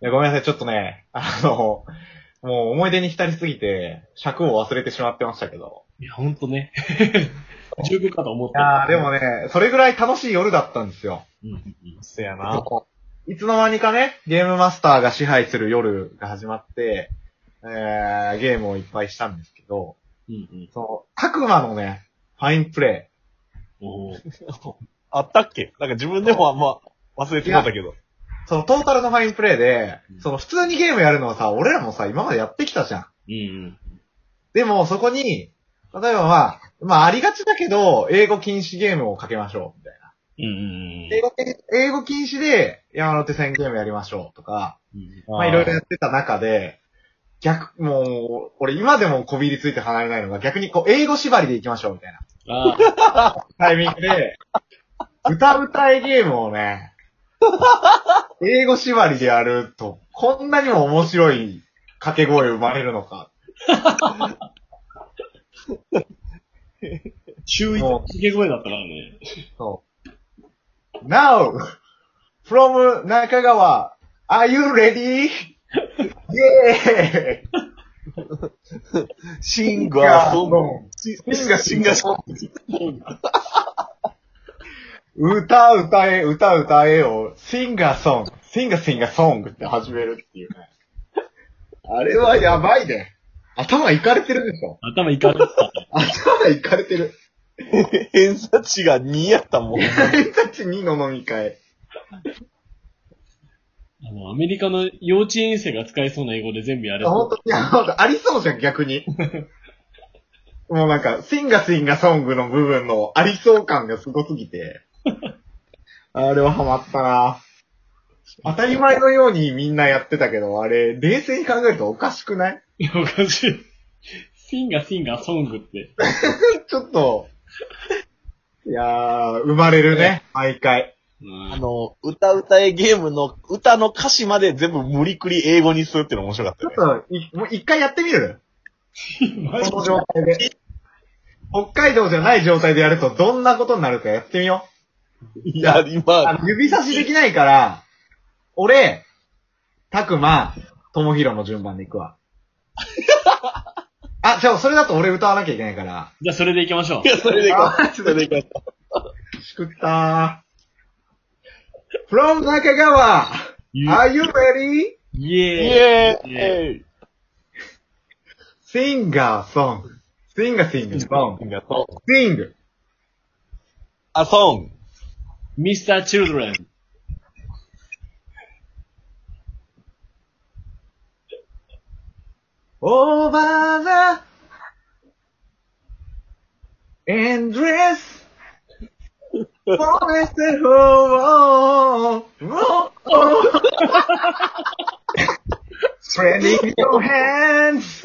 いやごめんなさい、ちょっとね、あの、もう思い出に浸りすぎて、尺を忘れてしまってましたけど。いや、ほんと ね。十分かと思っいた。やー、でもね、それぐらい楽しい夜だったんですよ。うん。うんうんそやな。いつの間にかね、ゲームマスターが支配する夜が始まって、えー、ゲームをいっぱいしたんですけど、うんうん。その、たくまのね、ファインプレおーあったっけなんか自分でもあんま忘れてまったけど。イ。そのトータルのファインプレイでう、んその普通にゲームやるのはさ、俺らもさ、今までやってきたじゃん。うんでも、そこに、例えばまあ、まあありがちだけど、英語禁止ゲームをかけましょう、みたいな。うん。うんうん英語、英語禁止で山手線ゲームやりましょう、とか、うん。まあいろいろやってた中で、逆、もう、俺今でもこびりついて離れないのが、逆にこう、英語縛りでいきましょうみたいなああ、タイミングで、 歌うたいゲームをね、英語縛りでやると、こんなにも面白い掛け声生まれるのか。注意の付け声だったからね。そう。Now, from 中川、are you ready? イェーイシンガーソング。シシンガーシンガーソング。歌歌え、歌歌えを、シンガーソング、シンガーシンガーソングって始めるっていうね。あれはやばいね。頭いかれてるでしょ頭いかれてた。頭いかれてる。偏差値が2やったもん。俺たち2の飲み会。あの、アメリカの幼稚園生が使えそうな英語で全部やれほんそ。と、いや、ほんと、ありそうじゃん、逆に。もうなんか、シンガーシンガーソングの部分のありそう感がすごすぎて。あれはハマったな当たり前のようにみんなやってたけど、あれ、冷静に考えるとおかしくないういや、おかしい。シンガシンガソングって。ちょっと、いやー、生まれるね、毎回。うんあの、歌歌えゲームの歌の歌詞まで全部無理くり英語にするっての面白かったちょよっね。と、いもう一回やってみるマジ この状態で。北海道じゃない状態でやるとどんなことになるかやってみよいや、う。あ今、の指差しできないから、俺、たくま、ともひろの順番でいく わ。あ、じゃあそれだと俺歌わなきゃいけないから。じゃあ、それで行きましょうい。や、それでいこう。それでいこう。しくったー。from 中川 Are you ready? イイエーイ。ーエイーイ Singer song. Singer singer song. あ、 Sing. ソン。ミスター・チルドレン。 Over the endless forest road. Spreading your hands.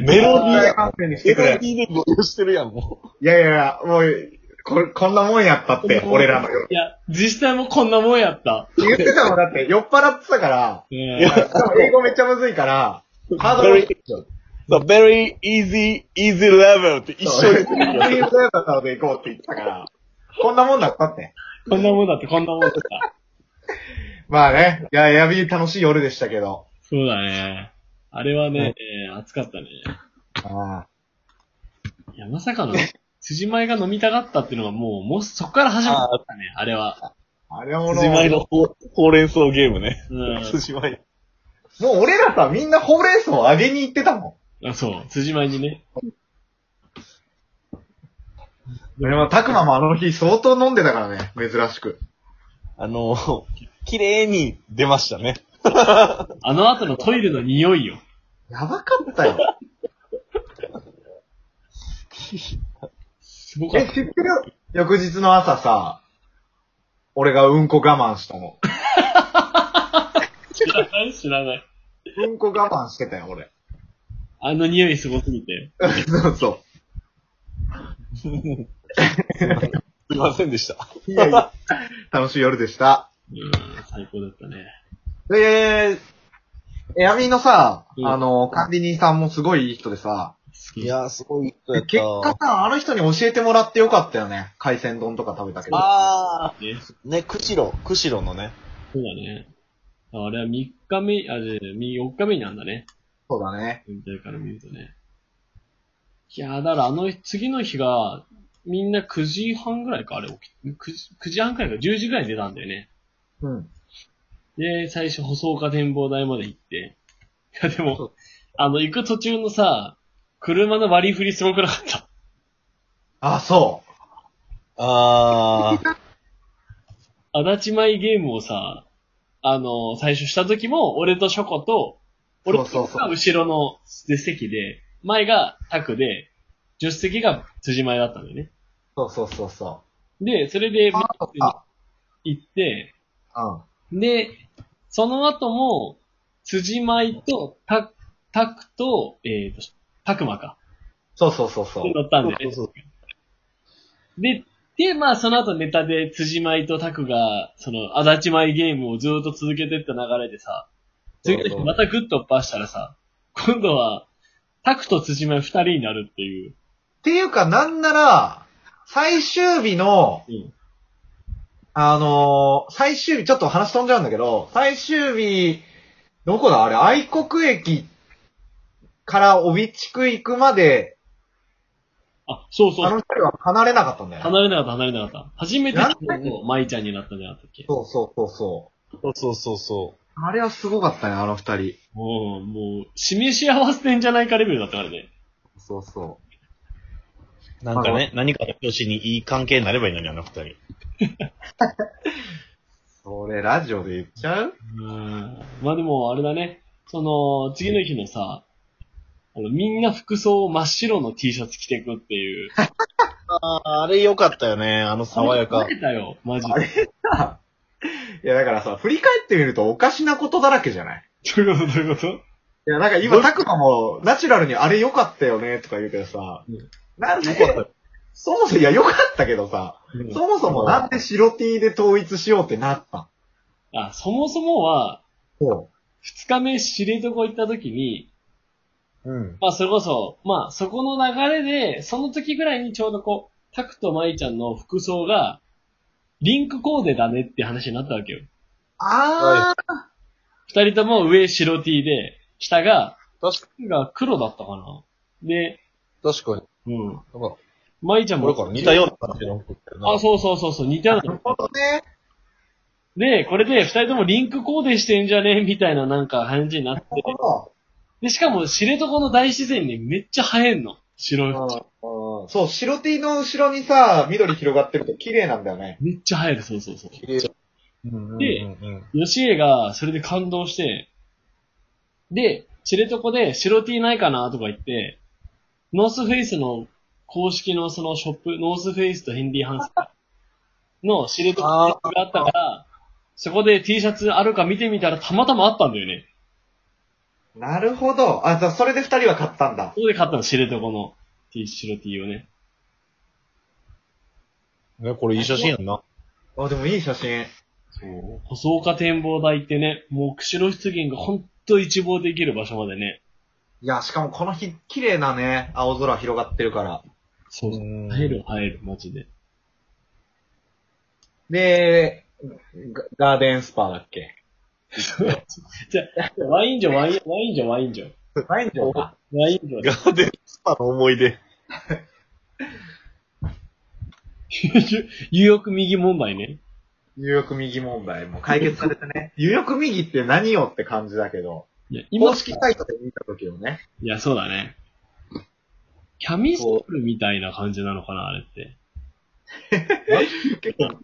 メロディーや。メィロディーでご用してるやん、もう。いやいやいや、もう、これ、こんなもんやったって、俺らのよ。いや、実際もこんなもんやった。言ってたもんだって、酔っ払ってたから、うんいやしかも英語めっちゃむずいから、ハードル低いよ。 The very easy, easy level って一緒に。アリウムダイバーからで行こうって言ってたから、こんなもんだったって。こんなもんだって、こんなもんだった。まあね、いや、やび楽しい夜でしたけど。そうだね。あれはね、えー暑かったね。あいや、まさかの、辻前が飲みたかったっていうのはもう、もうそこから始まったね、あれは。ああれも辻前の、のほうほうれん草ゲームね。う辻前。もう俺らさ、みんなほうれん草をあげに行ってたもん。あ、そう、辻前にね。ん。でも、たくまもあの日相当飲んでたからね、珍しく。あの、 綺麗に出ましたね。あの後のトイレの匂いよ。やばかったよ。すごかっえ、知た。ってる翌日の朝さ、俺がうんこ我慢したの。知らない知らない。うんこ我慢してたよ、俺。 あの匂いすごすぎて。そうそすいませんでした。う。いやいや、楽しい夜でした。うん、最高だったね。で、エアミのさ、うんあの、管理人さんもすごいいい人でさ、好き。やー、すごい人結果さ、あの人に教えてもらってよかったよね。海鮮丼とか食べたけど。あね、そー、ね、釧路、釧路のね。うだね。あれは3日目、あ、じゃ4日目になんだね。そうだね。全体から見るとね。いやー、だからあの日、次の日が、みんな9時半ぐらいか、あれ起き、9時 ,9 時半くらいか、10時ぐらいに出たんだよね。うん。で、最初、細岡展望台まで行って。いや、でそうも、あの、行く途中のさ、車の割り振りすごくなかった。あ、そう。あー。足立前ゲームをさ、あの、最初した時も、俺とショコと、俺とシそうョそうそコがう後ろの席で、前がタクで、助手席が辻前だったんだよね。そうそうそうそで、それで、う。あ、行って、うん。で、その後も、辻舞と、た、たくと、えっ、と、たくまか。そうそうそうそう。乗ったんで、そうそうで、で、まあ、その後ネタで辻舞とたくが、その、足立舞ゲームをずっと続けてった流れでさ、次の日またグッとオッパーしたらさ、今度は、タクと辻舞二人になるっていう。っていうか、なんなら、最終日の、うんあのー最終日、ちょっと話飛んじゃうんだけど、最終日、どこだあれ、愛国駅から帯地区行くまで、あ、そうそあのう。二人は離れなかったんだよね。離れなかった、離れなかった。初めてなん、舞ちゃんになったんじゃなかったっけそうそうそうそ。そうそうそう。あれはすごかったね、あの二人。もう、もう、示し合わせてんじゃないかレベルだったからね。そうそうなんかね、何かの拍子にいい関係になればいいのに、あの二人。う。それ、ラジオで言っちゃう うん。まあでも、あれだね。その、次の日のさ、あの、みんな服装を真っ白の T シャツ着てくっていう。あー、あれ良かったよね、あの爽やかあれ。慣れたよ、マジあで。いや、だからさ、振り返ってみるとおかしなことだらけじゃないどういうことどういうこといや、なんか今、たくまも、ナチュラルにあれ良かったよね、とか言うけどさ、うんなんで、 そもそも、いや、良かったけどさ、そもそもなんで白 T で統一しようってなったあ、そもそもは、の二日目知床行った時に、うん。まあそれこそ、まあそこの流れで、その時ぐらいにちょうどこう、タクとマイちゃんの服装が、リンクコーデだねって話になったわけよ。あー、二人とも上白 T で、下が、確かが黒だったかな。で、確かに。うん。だから、舞ちゃんこれも。から似たような感じの服だよなあ、そうそうそうそう、似たようなるな。ほどね。で、これで二人ともリンクコーデしてんじゃねみたいななんか感じになって。なるほで、しかも知床の大自然にめっちゃ映えんの。白い服。どうんそう、白 T の後ろにさ、緑広がってると綺麗なんだよね。めっちゃ映える、そうそうそう。綺麗。うんうんうん吉江がそれで感動して、で、知床で白 T ないかなとか言って、ノースフェイスの公式のそのショップ、ノースフェイスとヘンリーハンスの知床のショップがあったから、そこで T シャツあるか見てみたらたまたまあったんだよね。なるほど。あ、じゃあそれで二人は買ったんだ。そこで買ったの、知床の T、白 T をね。うん。ね、これいい写真やんな。あ、でもいい写真。そう。細岡展望台ってね、もう釧路湿原がほんと一望できる場所までね。いや、しかもこの日、綺麗なね、青空広がってるから。そうう。ん入る、入る、マジで。で、ガガーデンスパーだっけじゃあ、ワインジョ、ワイン、ワインジョ、ワインジョ。毎日か。ワインジョ。ガ ーデンスパの思い出。有欲右問題ね。入浴右問題も解決されてね。入浴右って何よって感じだけど、いや、今公、式サイトで見た時のね。いや、そうだね。キャミソールみたいな感じなのかな、あれって。結構、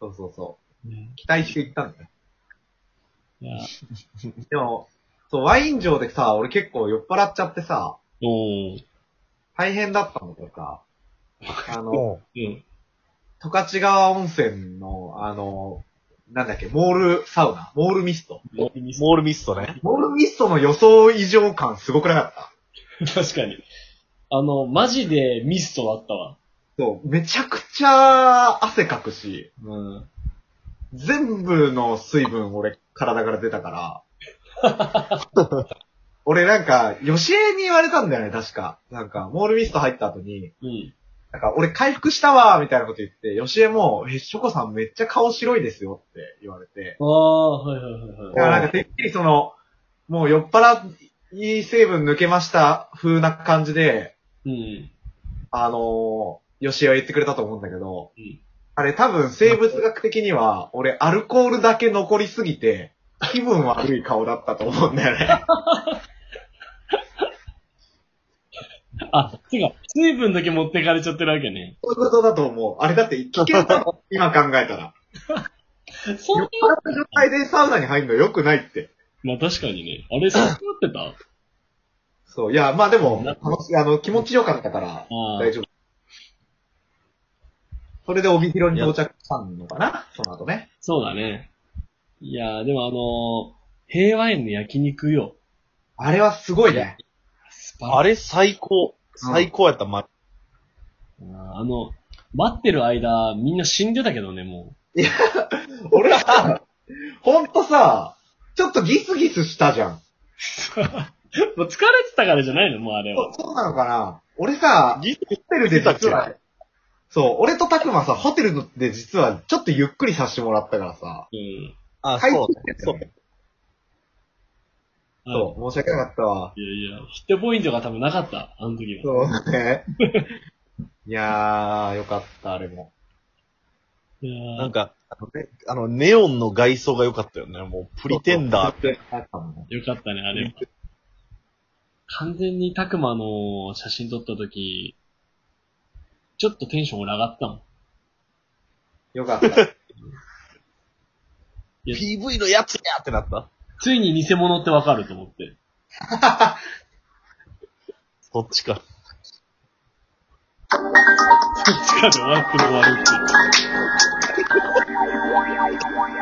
そうそうそう。ね期待していったんだよ。いや、でも、そう、ワイン城でさ、俺結構酔っ払っちゃってさ、おー。大変だったのとか、あの、ううん。十勝川温泉の、あの、なんだっけ、モールサウナ、モールミスト。モールミスモールミストね。モールミストの予想以上感すごくなかった。 確かに。あの、マジでミストだったわ。そう、めちゃくちゃ汗かくし、うん。全部の水分俺体から出たから。俺なんか、吉江に言われたんだよね、確か。なんか、モールミスト入った後に、うん。なんか、俺回復したわーみたいなこと言って、吉江も、え、ショコさんめっちゃ顔白いですよって言われて、ああ、はいはいはいだはからなんか、てっきりその、もう酔っ払い成分抜けました風な感じで、い。うん。あのー、吉江は言ってくれたと思うんだけど、うんあれ多分生物学的には、俺アルコールだけ残りすぎて、気分悪い顔だったと思うんだよね。 あ、てか、水分だけ持ってかれちゃってるわけね。そういうことだと思う。あれだって危険だもん、今考えたら。そうい酔っ払った状態でサウナに入るの良くないって。う。まあ確かにね。あれ、そうなってたそう、いや、まあでもな、楽しいあの、気持ちよかったから、あ大丈夫。それで帯広に到着したのかなその後ね。そうだね。いやー、でもあのー、平和園の焼肉よ。あれはすごいね。スあパれ最高。最高やった、ま、あの、待ってる間、みんな死んでたけどね、も俺らさ、ほんとさ、ちょっとギスギスしたじゃん。う。もう疲れてたからじゃないの、もうあれそは。そうなのかな俺さ、ギスホテルで実は、そう、俺とたくまさ、ホテルで実はちょっとゆっくりさせてもらったからさ、うん。あ、回そう復ねして。たそよう。ねそう、申し訳なかったわ。う。いやいや、ヒットポイントが多分なかった、あの時は。そうだ ね。いやー、よかった、あれも。いやーなんか、あのねあの、ネオンの外装が良かったよね。もう、プリテンダー。ー。あったもんね。よかったね、あれは。完全にタクマの写真撮った時、ちょっとテンション俺上がったもん。よかった。いや PV のやつやってなったついに偽物ってわかると思って。 そっちか。そっちかで終わっても終わるっていう。